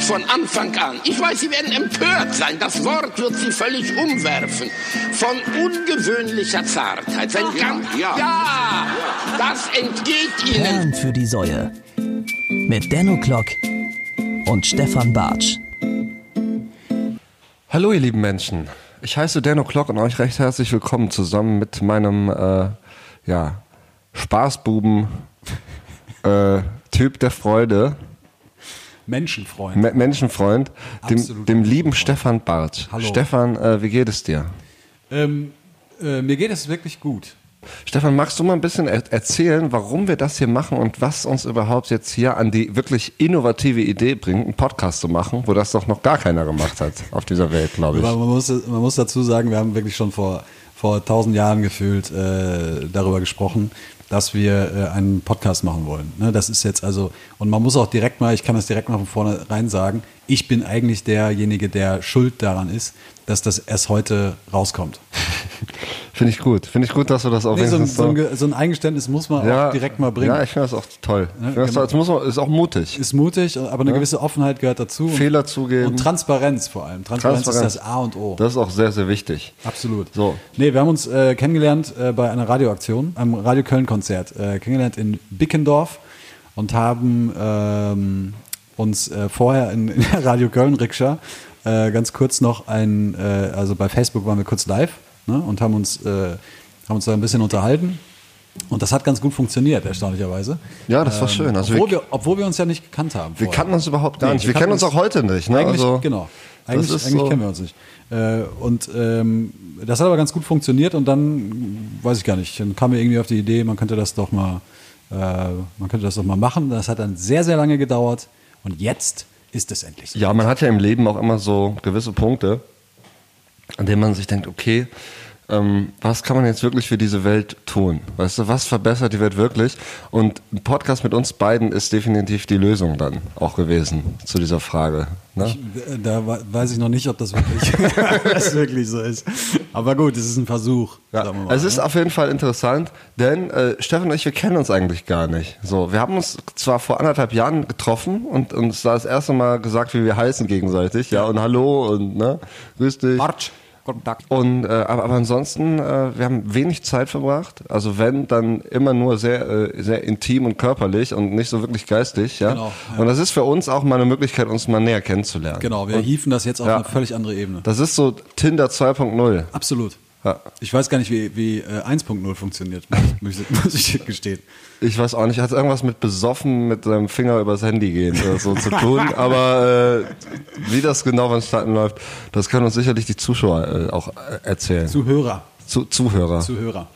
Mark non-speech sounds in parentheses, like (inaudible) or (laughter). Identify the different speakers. Speaker 1: von Anfang an. Ich weiß, Sie werden empört sein. Das Wort wird Sie völlig umwerfen. Von ungewöhnlicher Zartheit. Sein ganz, ja. ja, das entgeht Ihnen.
Speaker 2: Perlen für die Säue. Mit Denno Klock und Stefan Bartsch.
Speaker 3: Hallo ihr lieben Menschen, ich heiße Dano Klock und euch recht herzlich willkommen zusammen mit meinem äh, ja, Spaßbuben (laughs) äh, Typ der Freude,
Speaker 4: Menschenfreund.
Speaker 3: Me Menschenfreund, dem,
Speaker 4: Absolut.
Speaker 3: dem lieben Stefan Bartsch.
Speaker 4: Hallo.
Speaker 3: Stefan, äh, wie geht es dir?
Speaker 4: ähm, äh, mir geht es wirklich gut.
Speaker 3: Stefan, magst du mal ein bisschen er erzählen, warum wir das hier machen und was uns überhaupt jetzt hier an die wirklich innovative Idee bringt, einen Podcast zu machen, wo das doch noch gar keiner gemacht hat auf dieser Welt, glaube ich.
Speaker 4: Aber man muss, man muss dazu sagen, wir haben wirklich schon vor, vor tausend Jahren gefühlt äh, darüber gesprochen, dass wir äh, einen Podcast machen wollen. Ne, das ist jetzt also, und man muss auch direkt mal, ich kann das direkt mal von vornherein sagen, ich bin eigentlich derjenige, der schuld daran ist, dass das erst heute rauskommt.
Speaker 3: Finde ich gut. Finde ich gut, dass du das auch
Speaker 4: Nee, so, ein,
Speaker 3: wenigstens
Speaker 4: so, ein, Ge- so ein Eingeständnis muss man auch direkt mal bringen.
Speaker 3: Ja, ich finde das auch toll. Ich finde das
Speaker 4: genau.
Speaker 3: toll. Das muss man, ist auch mutig.
Speaker 4: ist mutig, aber eine gewisse Offenheit gehört dazu.
Speaker 3: Fehler zugeben.
Speaker 4: Und Transparenz vor allem. Transparenz,
Speaker 3: Transparenz.
Speaker 4: ist das A und O.
Speaker 3: Das ist auch sehr, sehr wichtig.
Speaker 4: Absolut.
Speaker 3: So.
Speaker 4: Nee, wir haben uns äh, kennengelernt äh, bei einer Radioaktion, am Radio Köln-Konzert, äh, kennengelernt in Bickendorf und haben ähm, uns äh, vorher in, in der Radio Köln-Rikscha äh, ganz kurz noch ein, äh, also bei Facebook waren wir kurz live ne, und haben uns, äh, haben uns da ein bisschen unterhalten. Und das hat ganz gut funktioniert, erstaunlicherweise. Ähm,
Speaker 3: Ja, das war schön. Also
Speaker 4: obwohl,
Speaker 3: wir-
Speaker 4: wir, obwohl wir uns ja nicht gekannt haben.
Speaker 3: Wir
Speaker 4: vorher.
Speaker 3: kannten uns überhaupt gar
Speaker 4: Nee,
Speaker 3: nicht. Wir kennen uns auch heute nicht. Ne?
Speaker 4: Eigentlich,
Speaker 3: also,
Speaker 4: genau.
Speaker 3: das
Speaker 4: Eigentlich,
Speaker 3: ist
Speaker 4: eigentlich
Speaker 3: so-
Speaker 4: kennen wir uns nicht. Äh, und ähm, das hat aber ganz gut funktioniert und dann, weiß ich gar nicht, dann kam mir irgendwie auf die Idee, man könnte das doch mal, äh, man könnte das doch mal machen. Das hat dann sehr, sehr lange gedauert und jetzt ist es endlich so.
Speaker 3: Ja, man hat ja im Leben auch immer so gewisse Punkte, an denen man sich denkt, okay, ähm, was kann man jetzt wirklich für diese Welt tun? Weißt du, was verbessert die Welt wirklich? Und ein Podcast mit uns beiden ist definitiv die Lösung dann auch gewesen zu dieser Frage. Ne?
Speaker 4: Da we- weiß ich noch nicht, ob das wirklich, (laughs) ob das wirklich so ist. Aber gut, es ist ein Versuch.
Speaker 3: Ja,
Speaker 4: sagen wir
Speaker 3: es ist
Speaker 4: ne?
Speaker 3: auf jeden Fall interessant, denn äh, Stefan und ich, wir kennen uns eigentlich gar nicht. So, wir haben uns zwar vor anderthalb Jahren getroffen und uns da das erste Mal gesagt, wie wir heißen gegenseitig, ja und hallo und ne, grüß dich.
Speaker 4: Bartsch, Kontakt.
Speaker 3: Und äh, aber, aber ansonsten, äh, wir haben wenig Zeit verbracht. Also wenn dann immer nur sehr äh, sehr intim und körperlich und nicht so wirklich geistig, ja.
Speaker 4: Genau, ja.
Speaker 3: Und das ist für uns auch mal eine Möglichkeit, uns mal näher kennenzulernen.
Speaker 4: Genau, wir
Speaker 3: und
Speaker 4: hieven das jetzt auf
Speaker 3: Ja.
Speaker 4: eine völlig andere Ebene.
Speaker 3: das ist so Tinder 2.0.
Speaker 4: Absolut.
Speaker 3: Ja.
Speaker 4: Ich weiß gar nicht, wie, wie äh, 1.0 funktioniert, muss ich- muss ich, muss ich gestehen.
Speaker 3: Ich weiß auch nicht, hat irgendwas mit besoffen mit seinem Finger übers Handy gehen oder so zu tun. Aber äh, wie das genau vonstatten läuft, das können uns sicherlich die Zuschauer äh, auch äh, erzählen.
Speaker 4: Zuhörer.
Speaker 3: Zu Zuhörer.
Speaker 4: Zuhörer.